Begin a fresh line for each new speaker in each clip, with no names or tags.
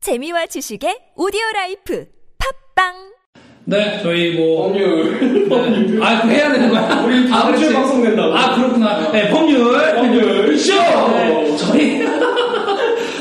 재미와 지식의 오디오 라이프 팝빵
네, 저희 뭐.
법률.
네. 아, 그 해야 되는 거야?
우리 다음
아,
주에
그렇지.
방송된다고.
아, 그렇구나. 네, 법률.
법률 쇼!
네, 저희.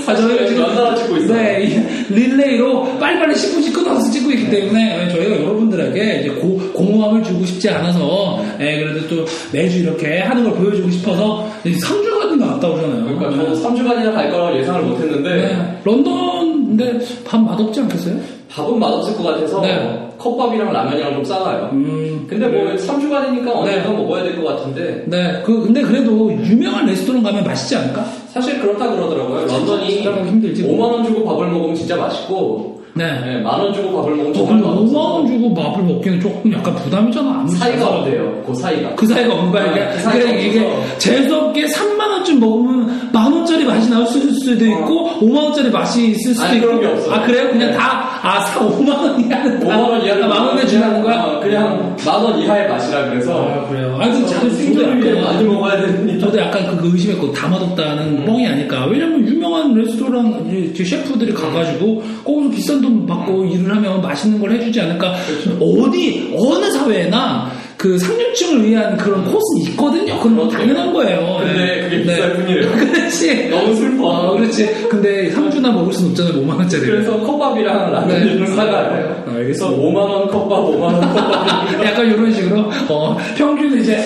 아, 저희가 지금.
연달아 찍고 있어요.
네, 이 릴레이로 빨리빨리 10분씩 끊어서 찍고 있기 때문에 네, 저희가 여러분들에게 이제 고, 공허함을 주고 싶지 않아서, 예, 그래도 또 매주 이렇게 하는 걸 보여주고 싶어서 3주간 나왔다 오잖아요.
그러니까 저도 3주간이나 갈 거라고 예상을 못 했는데
네. 런던, 근데 밥 맛없지 않겠어요?
밥은 맛없을 것 같아서
네.
컵밥이랑 라면이랑 좀 싸가요.
음.
근데 뭐 3주간이니까 언젠가
네.
먹어야 될 것 같은데
네, 그, 근데 그래도 유명한 레스토랑 가면 맛있지 않을까?
사실 그렇다 그러더라고요. 런던이
진짜 먹기 힘들지. 뭐.
5만 원 주고 밥을 먹으면 진짜 맛있고
네.
만 원 주고 밥을 먹으면
어,
정말
근데 5만
맛없어.
원 주고 밥을 먹기는 조금 약간 부담이잖아. 아무리
사이가
생각해도.
어때요? 그 사이가.
그 사이가 없는 거야.
아, 그
이게,
사이가
그래, 이게
없어서.
재수없게 3만 원쯤 먹으면 만 원짜리 맛이 나올 수- 수도 있고 5만 원짜리 맛이 있을 수도
어. 아니,
있고.
그런 게 없어요.
아 그래요? 그냥
네.
다아 5만 원이라는
5만 원 이하를
만 원에
먹으면 어,
주는 거야. 음.
그냥, 그냥 어, 만 원 이하의 맛이라 그래서
아, 그래요. 아니, 근데 저도
생존을
저도
위해
약간-
많이 먹어야 되는
저도 약간 그거 의심했고 다 맛없다는
음.
뻥이 아닐까. 왜냐면 유명한 레스토랑 이제 그 셰프들이 가가지고 거기서 비싼 돈
음.
받고 일을 하면 맛있는 걸 해주지 않을까.
그렇죠.
어디 어느 사회나 그 상류층을 위한 그런 코스는 있거든요. 그건 뭐 당연한 거예요.
음. 그렇죠.
네.
근데 그게
네.
비쌀 뿐이에요.
그렇지.
너무 슬퍼.
어, 그렇지. 근데 3주나 먹을 순 없잖아요. 뭐 5만 원짜리.
그래서 컵밥이랑 라면을
네.
사가요.
아,
그래서
알겠습니다.
5만원 컵밥, 5만원 컵밥.
약간 이런 식으로 어, 평균 이제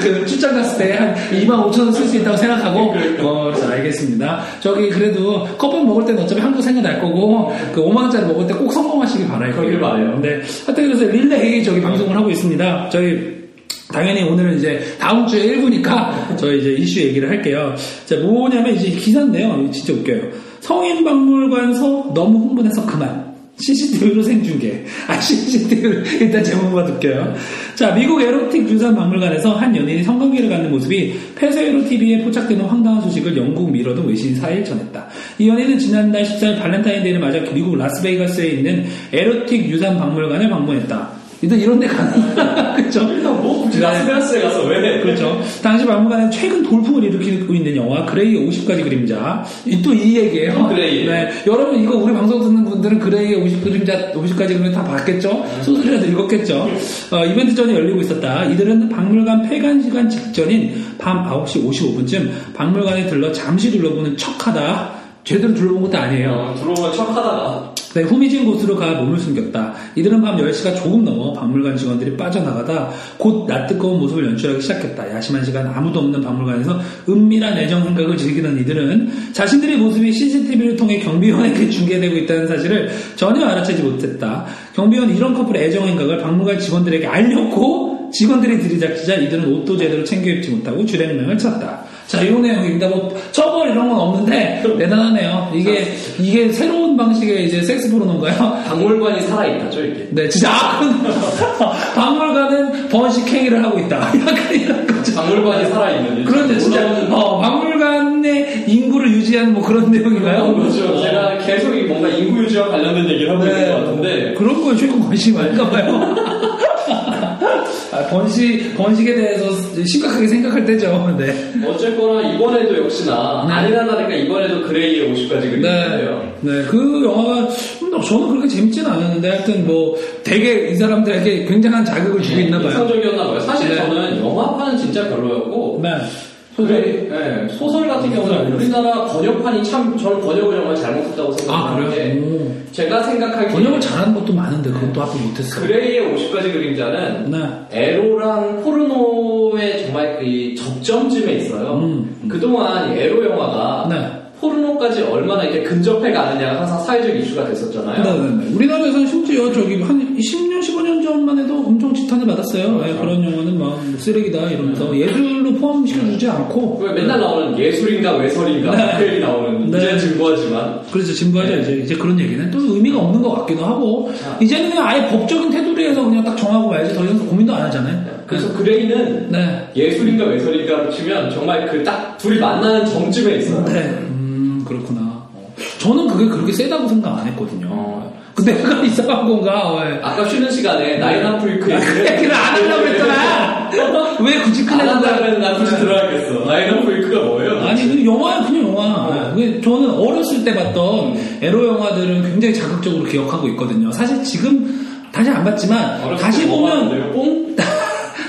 그 출장 갔을 때 한 2만 5천 원 쓸 수 있다고 생각하고
그렇죠.
어, 자, 알겠습니다. 저기 그래도 컵밥 먹을 때는 어차피 한국 생각 날 거고 그 5만 원짜리 먹을 때 꼭 성공하시길 바라요.
그러길 바라요.
네. 하여튼 그래서 릴레이 저기 방송을 하고 있습니다. 저희 당연히 오늘은 이제 다음 주에 1부니까 저희 이제 이슈 얘기를 할게요. 자, 뭐냐면 이제 기사인데요. 이거 진짜 웃겨요. 성인 박물관서 너무 흥분해서 그만. CCTV로 생중계. 아, CCTV로. 일단 제목만 웃겨요. 자, 미국 에로틱 유산 박물관에서 한 연인이 성관계를 갖는 모습이 폐쇄회로 TV에 포착되는 황당한 소식을 영국 미러도 외신 4일 전했다. 이 연인은 지난달 14일 발렌타인데이를 맞아 미국 라스베이거스에 있는 에로틱 유산 박물관을 방문했다. 일단 이런 데 가는, 그쵸? 네.
일단 뭐 굳이 라스베가스에 가서 왜?
그렇죠. 당시 박물관은 최근 돌풍을 일으키고 있는 영화 그레이의 50가지 그림자. 또 이 얘기예요.
음, 그레이.
네. 여러분 이거 우리 방송 듣는 분들은 그레이의 50 그림자 50가지 그림자 다 봤겠죠?
음.
소설이라도 읽었겠죠? 어, 이벤트 전이 열리고 있었다. 이들은 박물관 폐관 시간 직전인 밤 9시 55분쯤 박물관에 들러 잠시 둘러보는 척하다. 제대로 둘러본 것도 아니에요.
어, 들어오면 척 하다가.
네, 후미진 곳으로 가 몸을 숨겼다. 이들은 밤 10시가 조금 넘어 박물관 직원들이 빠져나가다 곧 낯뜨거운 모습을 연출하기 시작했다. 야심한 시간 아무도 없는 박물관에서 은밀한 애정 생각을 즐기던 이들은 자신들의 모습이 CCTV를 통해 경비원에게 중계되고 있다는 사실을 전혀 알아채지 못했다. 경비원 이런 커플의 애정 행각을 박물관 직원들에게 알렸고 직원들이 들이닥치자 이들은 옷도 제대로 챙겨 입지 못하고 주행명을 쳤다. 자, 이 내용입니다. 뭐 처벌 이런 건 없는데 대단하네요. 이게 이게 새로운 방식의 이제 섹스 포르노인가요?
박물관이 살아있다죠, 이게.
네, 진짜 아, 박물관은 번식행위를 하고 있다. 약간 이런 거죠.
박물관이 살아있는.
그런데 진짜
물론
어, 박물관의 인구를 유지하는 뭐 그런 내용인가요? 네.
그런 거죠. 그렇죠. 제가 계속 이 뭔가 인구 유지와 관련된 얘기를 하고 있는 것 같은데.
그런 거에 최고 관심이 많은가 봐요. 아, 번식 번식에 대해서 심각하게 생각할 때죠. 네.
어쨌거나 이번에도 역시나
네.
아니라다니까 이번에도 그레이의 50가지 그림이에요.
네, 네, 그 영화가 음, 저는 그렇게 재밌진 않았는데 하여튼 뭐 되게 이 사람들에게 굉장한 자극을
네.
주고 있나 봐요.
인상적이었나 봐요. 사실
네.
저는 영화판은 진짜 별로였고
네,
그래, 예, 소설
음.
같은 경우는 우리나라 번역판이 참 저는 번역을 정말 잘못했다고
아
생각하는
그래요?
게
오.
제가 생각하기에
번역을 잘하는 것도 많은데 그것도 하필 못했어.
그레이의 50가지 그림자는
네,
에로랑 포르노의 정말 그 접점쯤에 있어요.
음,
그동안 이 에로 영화가
네.
포르노까지 얼마나 이렇게 근접해 가느냐가 항상 사회적 이슈가 됐었잖아요.
네, 네, 네. 우리나라에서는 심지어 저기 한 10년, 15년 전만 해도 엄청 지탄을 받았어요. 네, 그런 영화는 막 쓰레기다 이러면서 예술로 포함시켜주지 않고
왜 맨날 나오는 예술인가 외설인가 그 얘기 나오는
네.
이제 증거하지만
그래서 진부하죠
네.
이제 이제 그런 얘기는 또 의미가 없는 것 같기도 하고
자.
이제는 그냥 아예 법적인 테두리에서 그냥 딱 정하고 말지 더 이상 고민도 안 하잖아요.
네. 그래서 그레이는
네.
예술인가 외설인가로 치면 정말 그 딱 둘이 만나는 정쯤에 있어요.
네. 음, 그렇구나. 어. 저는 그게 그렇게 세다고 생각 안 했거든요.
어.
근데 그건 이상한 건가? 그 어, 예.
아까 쉬는 시간에 나인아프리크 그
그래, 그걸 안 하려고 했잖아! 왜 굳이
안 한다
클레드가
그러면 나 굳이 들어야겠어. 라인 오브 웨이크가 뭐예요?
아니 그 영화야 그냥 영화.
네.
그게 저는 어렸을 때 봤던
음.
에로 영화들은 굉장히 자극적으로 기억하고 있거든요. 사실 지금 다시 안 봤지만
어렸을
다시
때
보면
먹었는데요? 뭐 뽕?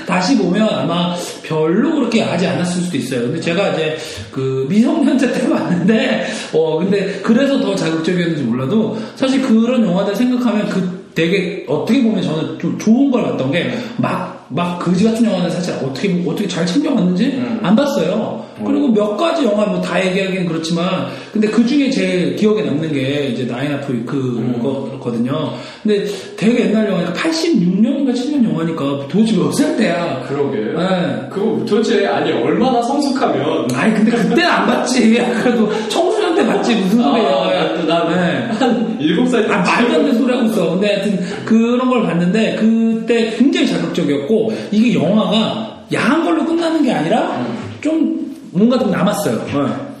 다시 보면 아마 별로 그렇게 하지 않았을 수도 있어요. 근데 제가 이제 그 미성년자 때 봤는데 어 근데 그래서 더 자극적이었는지 몰라도 사실 그런 영화들 생각하면 그 되게 어떻게 보면 저는 좀 좋은 걸 봤던 게 막 막 그지 같은 영화는 사실 어떻게 어떻게 잘 챙겨봤는지
음.
안 봤어요. 그리고 몇 가지 영화 뭐 다 얘기하기는 그렇지만 근데 그 중에 제일 기억에 남는 게 이제 나인아프 그
음.
그거거든요. 근데 되게 옛날 영화니까 86년인가 7년 영화니까 도대체 몇 살 때야?
그러게.
예.
그거 도대체 아니 얼마나 성숙하면
아니 근데 그때는 안 봤지. 그래도 청소년 때 봤지 무슨 소리야.
아, 나,
네.
나, 한 7살
아, 말도 안 되는 소리 하고 있어. 근데 하여튼 그런 걸 봤는데 그때 굉장히 자극적이었고 이게 영화가 야한 걸로 끝나는 게 아니라 좀 뭔가 좀 남았어요.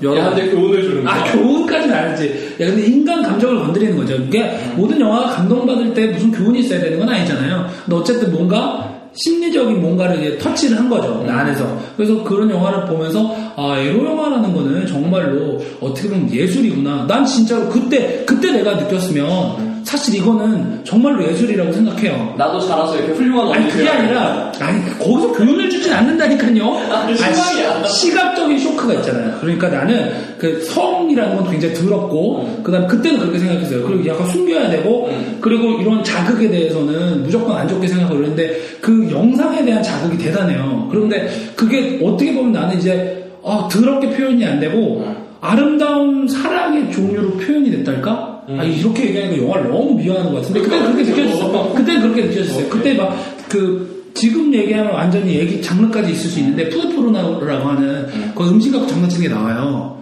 여러
얘한테 교훈을 주는 거.
아, 교훈까지는 아니지. 야, 근데 인간 감정을 건드리는 거죠. 이게 모든 영화가 감동받을 때 무슨 교훈이 있어야 되는 건 아니잖아요. 근데 어쨌든 뭔가 심리적인 뭔가를 이제 터치를 한 거죠. 나 안에서. 그래서 그런 영화를 보면서 아, 에로 영화라는 거는 정말로 어떻게 보면 예술이구나. 난 진짜로 그때, 그때 내가 느꼈으면 사실 이거는 정말로 예술이라고 생각해요.
나도 자라서 이렇게 훌륭한
아니 그게
돼야
아니라 아니 거기서 교훈을 주진 않는다니까요.
아니, 실망이 안 나.
시각적인 쇼크가 있잖아요. 그러니까 나는 그 성이라는 건 굉장히 더럽고 그다음 그때는 그렇게 생각했어요.
음.
그리고 약간 숨겨야 되고 그리고 이런 자극에 대해서는 무조건 안 좋게 생각을 했는데 그 영상에 대한 자극이 대단해요. 그런데 그게 어떻게 보면 나는 이제 아, 더럽게 표현이 안 되고
음.
아름다운 사랑의 종류로 표현이 됐달까?
음.
아
그러니까
이렇게 얘기하니까 영화를 너무 미워하는 것 같은데 그때 그렇게 느껴졌어. 그때 그렇게 느껴졌어요. 그때 막 그 지금 얘기하면 완전히 얘기 장르까지 있을 수 있는데 푸드포르나라고 하는 그 음식 갖고 장난치는 게 나와요.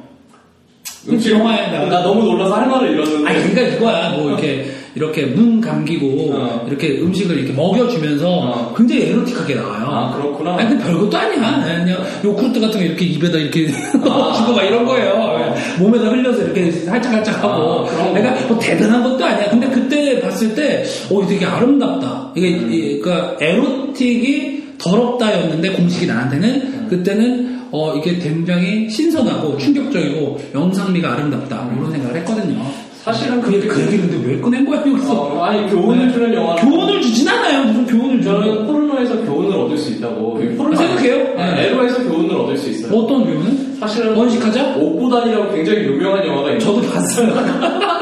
음식
영화에 나와.
나 너무 놀라서 할 말을 잃었는데.
아니 그러니까 이거야 뭐 이렇게 이렇게 눈 감기고
네. 어.
이렇게 음식을 이렇게 먹여주면서
어.
굉장히 에로틱하게 나와요.
아, 그렇구나. 어.
아니 근데 별것도 아니야. 그냥 요구르트 같은 거 이렇게 입에다 이렇게 넣어주고 막 이런 거예요.
아.
몸에다 흘려서 이렇게 살짝살짝 하고.
아, 그런 거.
그러니까 뭐 대단한 것도 아니야. 근데 그때 봤을 때, 오 되게 아름답다. 이게
음.
이- 그러니까 에로틱이 더럽다였는데 공식이
음.
나한테는 그때는 어 이게 굉장히 신선하고 충격적이고 영상미가 아름답다 뭐 이런 생각을 했거든요.
사실은
그, 얘기- 그 얘기를 근데 왜 꺼낸 거야 여기서?
어, 아니 교훈을
네.
주는 영화.
교훈을 주진 않아요. 무슨 교훈을
저는
줘요?
포르노에서 교훈을 얻을 수 있다고. 포르노
생각해요? 네.
에로에서 교훈을 얻을 수 있어요.
어떤 교훈은?
사실은
번식하자?
옥보단이라고 굉장히 유명한 영화가 있는데
저도 봤어요.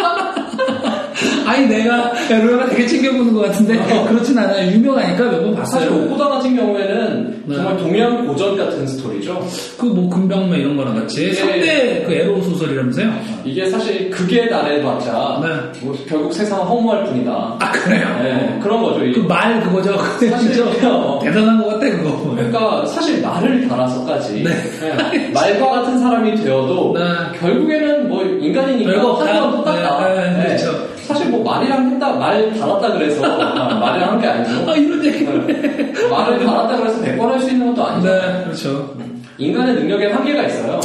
아니 내가 로라 되게 챙겨보는 것 같은데
어.
그렇진 않아요. 유명하니까 몇 번
사실
봤어요.
옥보단 같은 경우에는
네.
정말 동양 고전 같은 스토리죠.
그 뭐 금병매 이런 거랑 같이
네.
3대 그 에로 소설이라면서요?
이게 사실 극에 달해봤자
네.
뭐 결국 세상은 허무할 뿐이다.
아 그래요?
네, 그런 거죠. 이-
그 말 그거죠. 근데 진짜
사실은요. 어.
대단한 것 같아 그거.
그러니까 사실 말을 달아서까지
네.
네, 말과 같은 사람이 되어도
네.
결국에는 뭐 인간이니까
별거 없다.
하나랑 똑같다.
네, 네, 그렇죠.
사실 뭐 말이랑 했다 말 달았다 그래서 아, 말이랑 한 게 아니고
아 이런 얘기. 네.
네. 말을 달았다 그래서 100번 할 수 있는 것도 아니죠.
네 그렇죠.
인간의 능력에 한계가 있어요.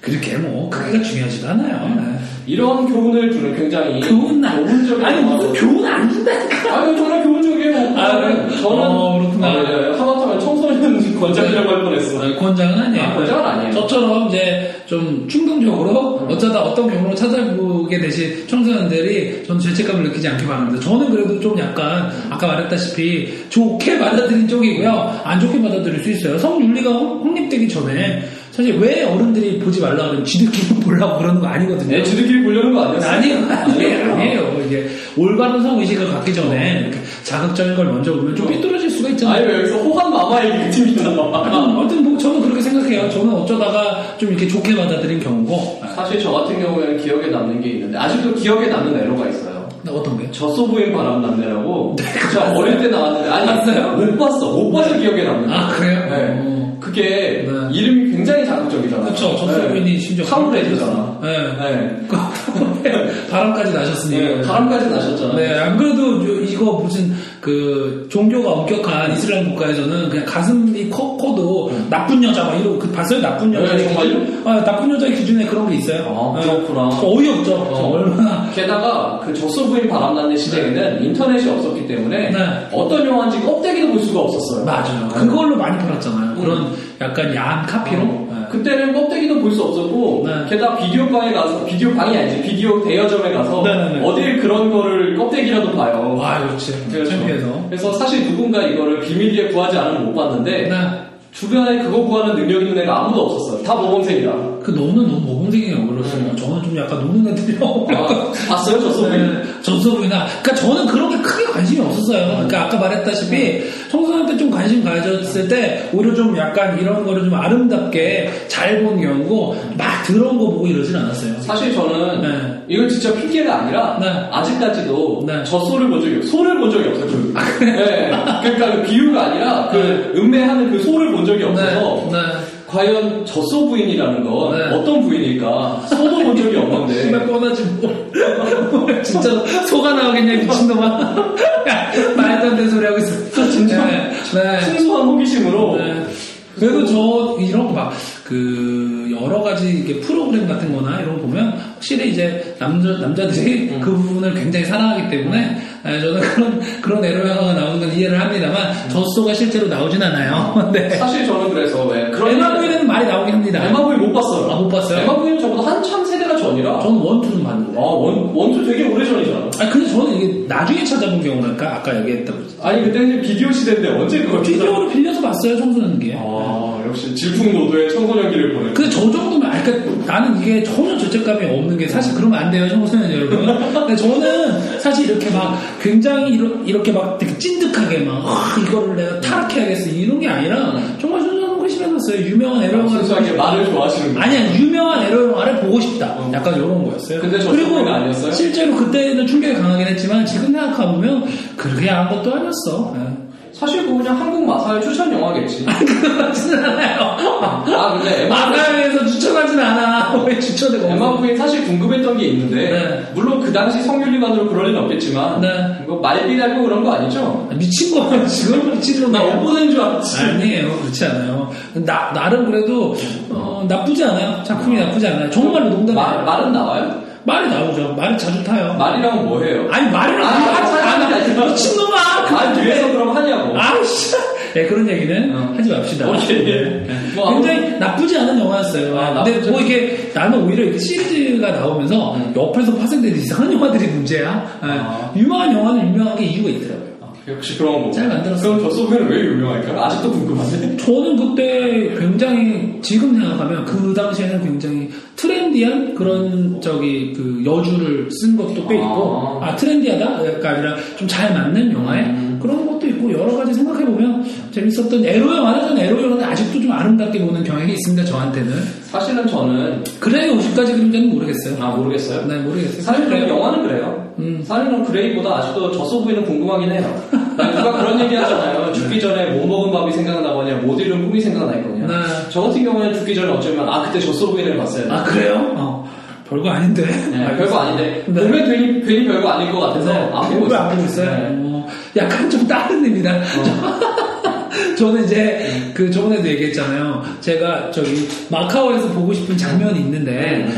그렇게 뭐 그게 중요하지도 않아요. 네.
이런 교훈을 주는 굉장히
교훈 나
교훈적인
아니
영화로.
무슨 교훈 안 준다니까.
아니 정말 교훈적이에요.
아, 그래요?
저는
어, 그렇구나.
아, 예, 예. 하마터면 청소년 권장이라고 할 뻔했어.
아, 권장은 아니에요. 네.
아, 권장은 아니에요.
저처럼 이제 좀 충동적으로 어쩌다 어떤 경로로 찾아보게 되신 청소년들이 저는 죄책감을 느끼지 않길 바랍니다. 저는 그래도 좀 약간 아까 말했다시피 좋게 받아들인 쪽이고요. 안 좋게 받아들일 수 있어요. 성윤리가 확- 확립되기 전에 사실 왜 어른들이 보지 말라 그러면 지들끼리 보려고 그러는 거 아니거든요.
내 지들끼리 보려는 거 아니었어?
네, 아니에요, 네, 아니에요, 아니에요. 이게 올바른 성의식을 갖기 전에 이렇게 자극적인 걸 먼저 보면 좀 삐뚤어질 수가 있잖아요.
아니 왜 여기서 호감 마마의 이 팀이잖아.
아, 아무튼 뭐 저는 그렇게 생각해요. 저는 어쩌다가 좀 이렇게 좋게 받아들인 경우고
사실 저 같은 경우에는 기억에 남는 게 있는데 아직도 기억에 남는 에러가 있어요.
나 아, 어떤 거요?
젖소부인 바람 남내라고
네,
제가 어릴 때 나왔는데 아니
봤어요?
못 봤어 못 봐서 기억에 남는 거예요.
아, 그래요?
네.
어.
그게
네.
이름이 굉장히 자극적이잖아요. 네.
그쵸, 젖소부인이 심지어
타블레이드잖아.
네.
네.
바람까지 나셨으니까.
네, 바람까지 나셨잖아요.
네, 안 그래도 요- 이거 무슨 그 종교가 엄격한 이슬람 국가에서는 그냥 가슴이 커, 도 나쁜 여자 막 이러고 그 봤어요? 나쁜 여자.
음. 네, 정말요?
아, 나쁜 여자의 기준에 그런 게 있어요.
아,
네.
그렇구나.
어이없죠. 저 얼마나.
게다가 그 젖소부인 바람났네 시대에는 인터넷이 없었기 때문에
네.
어떤 영화인지 껍데기도 볼 수가 없었어요. 음.
맞아요. 그걸로 많이 팔았잖아요. 그런 약간 야한 카피로. 네.
그때는 껍데기도 볼 수 없었고
네.
게다가 비디오 방에 가서 비디오 방이 아니지 비디오 대여점에 가서
네, 네, 네.
어딜 그런 거를 껍데기라도 봐요.
와, 그렇지.
그렇죠.
창피해서.
그래서 사실 누군가 이거를 비밀리에 구하지 않으면 못 봤는데
네.
주변에 그거 구하는 능력 있는 애가 아무도 없었어요. 다 모범생이라.
그 노는 너무 모범생이라고 그러시면 저는 좀 약간 노는 애들이라고.
아, 봤어요 젖소부인?
네. 전서부이나 그러니까 저는 그런 게 크게 관심이 없었어요. 그러니까 아까 네. 말했다시피 청소년 때 좀 관심 가졌을 때 오히려 좀 약간 이런 거를 좀 아름답게 잘 본 경우고 막 더러운 거 보고 이러진 않았어요.
사실 저는
네.
이건 진짜 핑계가 아니라
네.
아직까지도
네. 아,
저 소를 본 적이 없어요. 소를 본 적이 없어요. 네. 그러니까 그 비유가 아니라 그
네.
음매하는 그 소를 본 적이 없어서
네.
과연 젖소 부인이라는 건
네.
어떤 부인일까? 소도 본 적이 없는데
정말 뻔하지 뭐. 진짜 소가 나오겠냐 미친놈아. 말도 안 되는 소리 하고 있어.
진짜?
네. 네.
순수한 호기심으로
네. 그래도 저 이런 막 그 여러 가지 이렇게 프로그램 같은 거나 이런 거 보면 확실히 이제 남자 남자들이 그 부분을 굉장히 사랑하기 때문에 에, 저는 그런 그런 에로영화가 나오는 건 이해를 합니다만 젖소가 실제로 나오진 않아요. 네.
사실 저는 그래서 왜 그런
에마부에는 많이 나오긴 합니다.
에마 부인 못 봤어요.
아, 못 봤어요?
에마 부인 저보다 한참 세대가 전이라.
저는 원투는 봤는데.
아 원, 원투 되게 오래 전이잖아.
아 근데 저는 이게 나중에 찾아본 경우랄까 아까 얘기했던
아니 그때는 비디오 시대인데 언제 그걸 찾아-
비디오를 빌려서 봤어요 청소년기.
아 역시 질풍노도의 청소년기를 보내.
근데 저 정도면, 아, 그러니까 나는 이게 전혀 죄책감이 없는 게 사실 그러면 안 돼요, 청소년 여러분. 근데 저는 사실 이렇게 막 굉장히 이러, 이렇게 막 되게 찐득하게 막 아, 이거를 내가 타락해야겠어 이런 게 아니라 정말 순수한 호기심에 봤어요. 유명한 에러 영화를
순수하게 말을 좋아하시는 분.
아니야 유명한 에러 영화를 보고 싶다. 약간 이런 거였어요.
어. 근데 저
그리고
정도는 아니었어요?
실제로 그때는 충격이 강하긴 했지만 지금 생각해 보면 그렇게 한 것도 아니었어. 예.
사실 그거 그냥 한국 마사의 추천 영화겠지.
그렇지는 않아요.
아 근데 에마,
마가에서 추천하진 않아. 왜 추천을
에마 부인 사실 궁금했던 게 있는데
네.
물론 그 당시 성윤리만으로 그럴 리는 없겠지만
네.
뭐 말리라고 그런 거 아니죠?
미친 거야 지금 미친 거나
나 원본인 줄 알았지.
아니에요 그렇지 않아요 나 나름 그래도 어, 나쁘지 않아요 작품이
음.
나쁘지 않아요 정말로 농담
말,
말
말은 나와요?
말이 나오죠 말이 자주 타요
말이라면 뭐해요?
아니 말을
아,
안
아,
하지
아, 아,
않아
아,
미친 놈아
아 뒤에서 그럼 하냐고.
아씨 예 그런 얘기는
어.
하지 맙시다
오케이.
예.
뭐 아무튼.
굉장히 나쁘지 않은 영화였어요
아,
근데
나쁘지 음.
뭐 이게 나는 오히려 이렇게 시리즈가 나오면서 옆에서 파생되는 이상한 영화들이 문제야 예.
아.
유명한 영화는 유명한 게 이유가 있더라고요
역시 그런 거.
잘 만들었어.
그럼 저 소개는 왜 유명할까? 아직도 궁금한데.
저는 그때 굉장히 지금 생각하면 그 당시에는 굉장히 트렌디한 그런 저기 그 여주를 쓴 것도 꽤 있고 아 음. 트렌디하다가 아니라 좀 잘 맞는 영화에 그런 것도 있고 여러 가지 생각해 보면 재밌었던 에로 영화는 저는 에로 영화는 아직도 좀 아름답게 보는 경향이 있습니다 저한테는
사실은 저는
그래요 50가지 그림자는 모르겠어요
아 모르겠어요.
네 모르겠어요
사실 그런
그래요.
영화는 그래요.
음.
사실은 그레이보다 아직도 저소부인은 궁금하긴 해요. 아니, 누가 그런 얘기
네.
하잖아요. 죽기 전에 못 먹은 밥이 생각나거냐, 못 잃은 꿈이 생각나 있거든요.
네.
저 같은 경우에는 죽기 전에 어쩌면 아 그때 저소부인을 봤어야 돼.
아 그래요? 어 별거 아닌데
네, 별거 아닌데
네.
보면 괜히, 괜히 별거 아닌 것 같아서 안 보고
일부러
있어요.
안 보고 있어요.
네.
어, 약간 좀 다른 의미다.
어.
저는 이제 그 저번에도 얘기했잖아요. 제가 저기 마카오에서 보고 싶은 장면이 있는데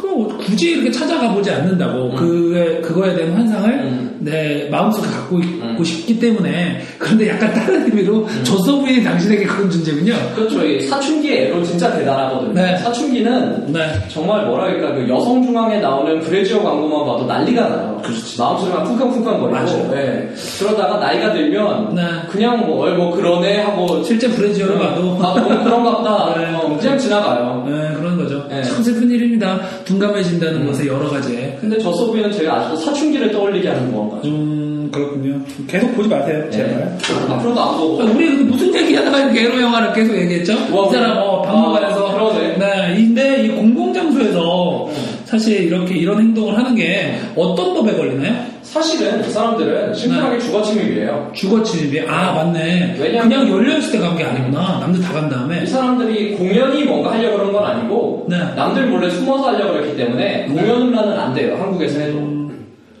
그럼 굳이 이렇게 찾아가 보지 않는다고 그에 그거에 대한 환상을
음.
내 마음속에 갖고 있고 싶기 때문에 그런데 약간 다른 의미로
음.
젖소부인 당신에게 그런 존재군요.
그렇죠. 이 사춘기의 애로 진짜 대단하거든요.
네.
사춘기는
네.
정말 뭐라 할까 그 여성 중앙에 나오는 브래지어 광고만 봐도 난리가 나요. 마음속에 막 쿵쾅쿵쾅거리고.
그렇죠. 맞아요.
예. 그러다가 나이가 들면
네.
그냥 뭐, 어, 뭐 그러네 하고
실제 브레지어를 봐도
아 너무 그런갑다.
네.
어, 그냥 지나가요.
네, 그런 거죠.
네. 음.
참 슬픈 일입니다. 둔감해진다는 것에 여러 가지에.
근데 저 소비는 제가 아직도 사춘기를 떠올리게 하는 건가요?
음 그렇군요. 계속 보지 마세요,
네. 앞으로도 안 보고.
우리 근데 무슨 얘기하다가 이렇게 에로 영화를 계속 얘기했죠?
와,
이 사람 어, 박물관에서
아, 그러네. 음.
네, 근데 이 공공장소에서 사실 이렇게 이런 행동을 하는 게 어떤 법에 걸리나요?
사실은 그 사람들은 심플하게
네.
주거침입이에요.
주거 침입이 아 맞네.
왜냐면-
그냥 열려 있을 때 간 게 아니구나. 남들 다 간
이
다음에
사람들이 공연히 뭔가 하려고 그런 건 아니고
네.
남들 몰래 숨어서 하려고 그랬기 때문에 공연음란은 안 돼요. 한국에서 해도.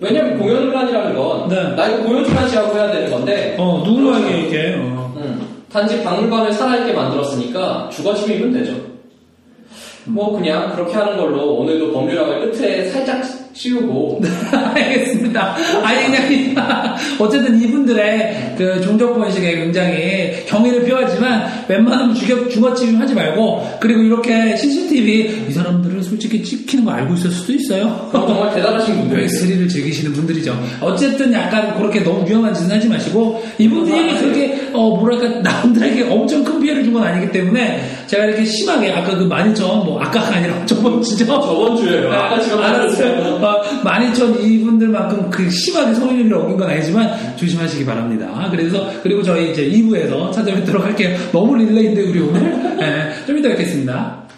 왜냐면 공연음란이라는 건
네.
나 이거 공연음란이라고 그렇죠. 해야 되는 건데
어 누군가에게 이게 어.
음, 단지 박물관을 살아있게 만들었으니까 주거 침입은 되죠. 뭐 그냥 그렇게 하는 걸로 오늘도 법률학을 끝에 살짝 씌우고
알겠습니다. 아니 그냥 어쨌든 이분들의 그 종족 번식에 굉장히 경의를 표하지만 웬만하면 죽여 주거침입 하지 말고 그리고 이렇게 CCTV 이 사람들을 솔직히 찍히는 거 알고 있을 수도 있어요.
그럼 정말 대단하신 분들.
왜 스릴을 즐기시는 분들이죠. 어쨌든 약간 그렇게 너무 위험한 짓은 하지 마시고 이분들이 그렇게 어 뭐랄까 남들에게 엄청 큰 피해를 준 건 아니기 때문에 제가 이렇게 심하게 아까 그 12,000, 뭐 아까가 아니라 저번 주죠.
저번 주에요. 네, 아까 지금
알았어요. 어, 12,000 이분들만큼 그 심하게 성인을 어긴 건 아니지만 조심하시기 바랍니다. 그래서 그리고 저희 이제 2부에서 찾아뵙도록 할게요. 너무 릴레이인데 우리 오늘 네, 좀 이따 뵙겠습니다.